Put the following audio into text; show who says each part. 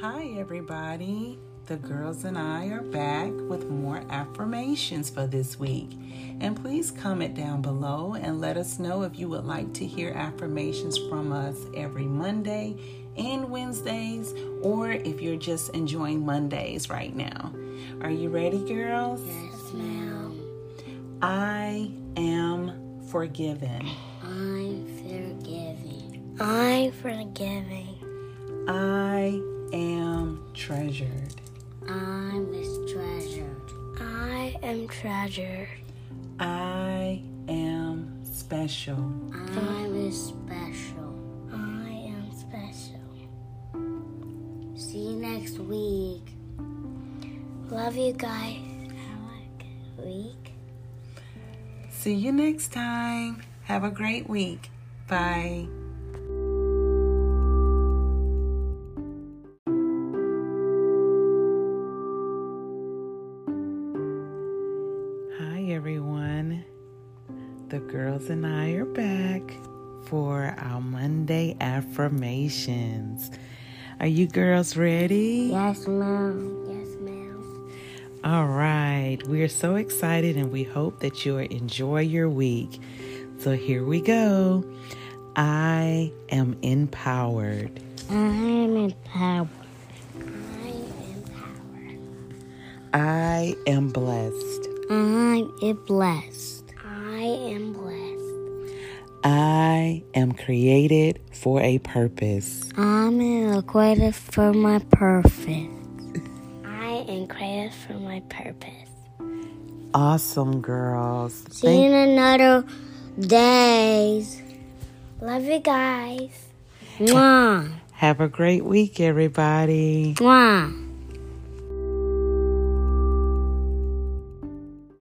Speaker 1: Hi, everybody. The girls and I are back with more affirmations for this week. And please comment down below and let us know if you would like to hear affirmations from us every Monday and Wednesdays, or if you're just enjoying Mondays right now. Are you ready, girls?
Speaker 2: Yes, ma'am.
Speaker 1: I am forgiven.
Speaker 2: I'm forgiving. I'm forgiving.
Speaker 1: I am treasured.
Speaker 2: I was treasured. I am treasured.
Speaker 1: I am special.
Speaker 2: I was special. I am special. See you next week. Love you guys. Have a good week.
Speaker 1: See you next time. Have a great week. Bye. Hi, everyone. The girls and I are back for our Monday affirmations. Are you girls ready?
Speaker 2: Yes, ma'am. Yes, ma'am.
Speaker 1: All right, we are so excited and we hope that you'll enjoy your week. So here we go. I am empowered.
Speaker 2: I am empowered. I am empowered.
Speaker 1: I am blessed.
Speaker 2: I am blessed. I am blessed.
Speaker 1: I am created for a purpose.
Speaker 2: I'm created for my purpose. I am created for my purpose.
Speaker 1: Awesome, girls.
Speaker 2: See you in another days. Love you guys. Mwah.
Speaker 1: Have a great week, everybody.
Speaker 2: Mwah.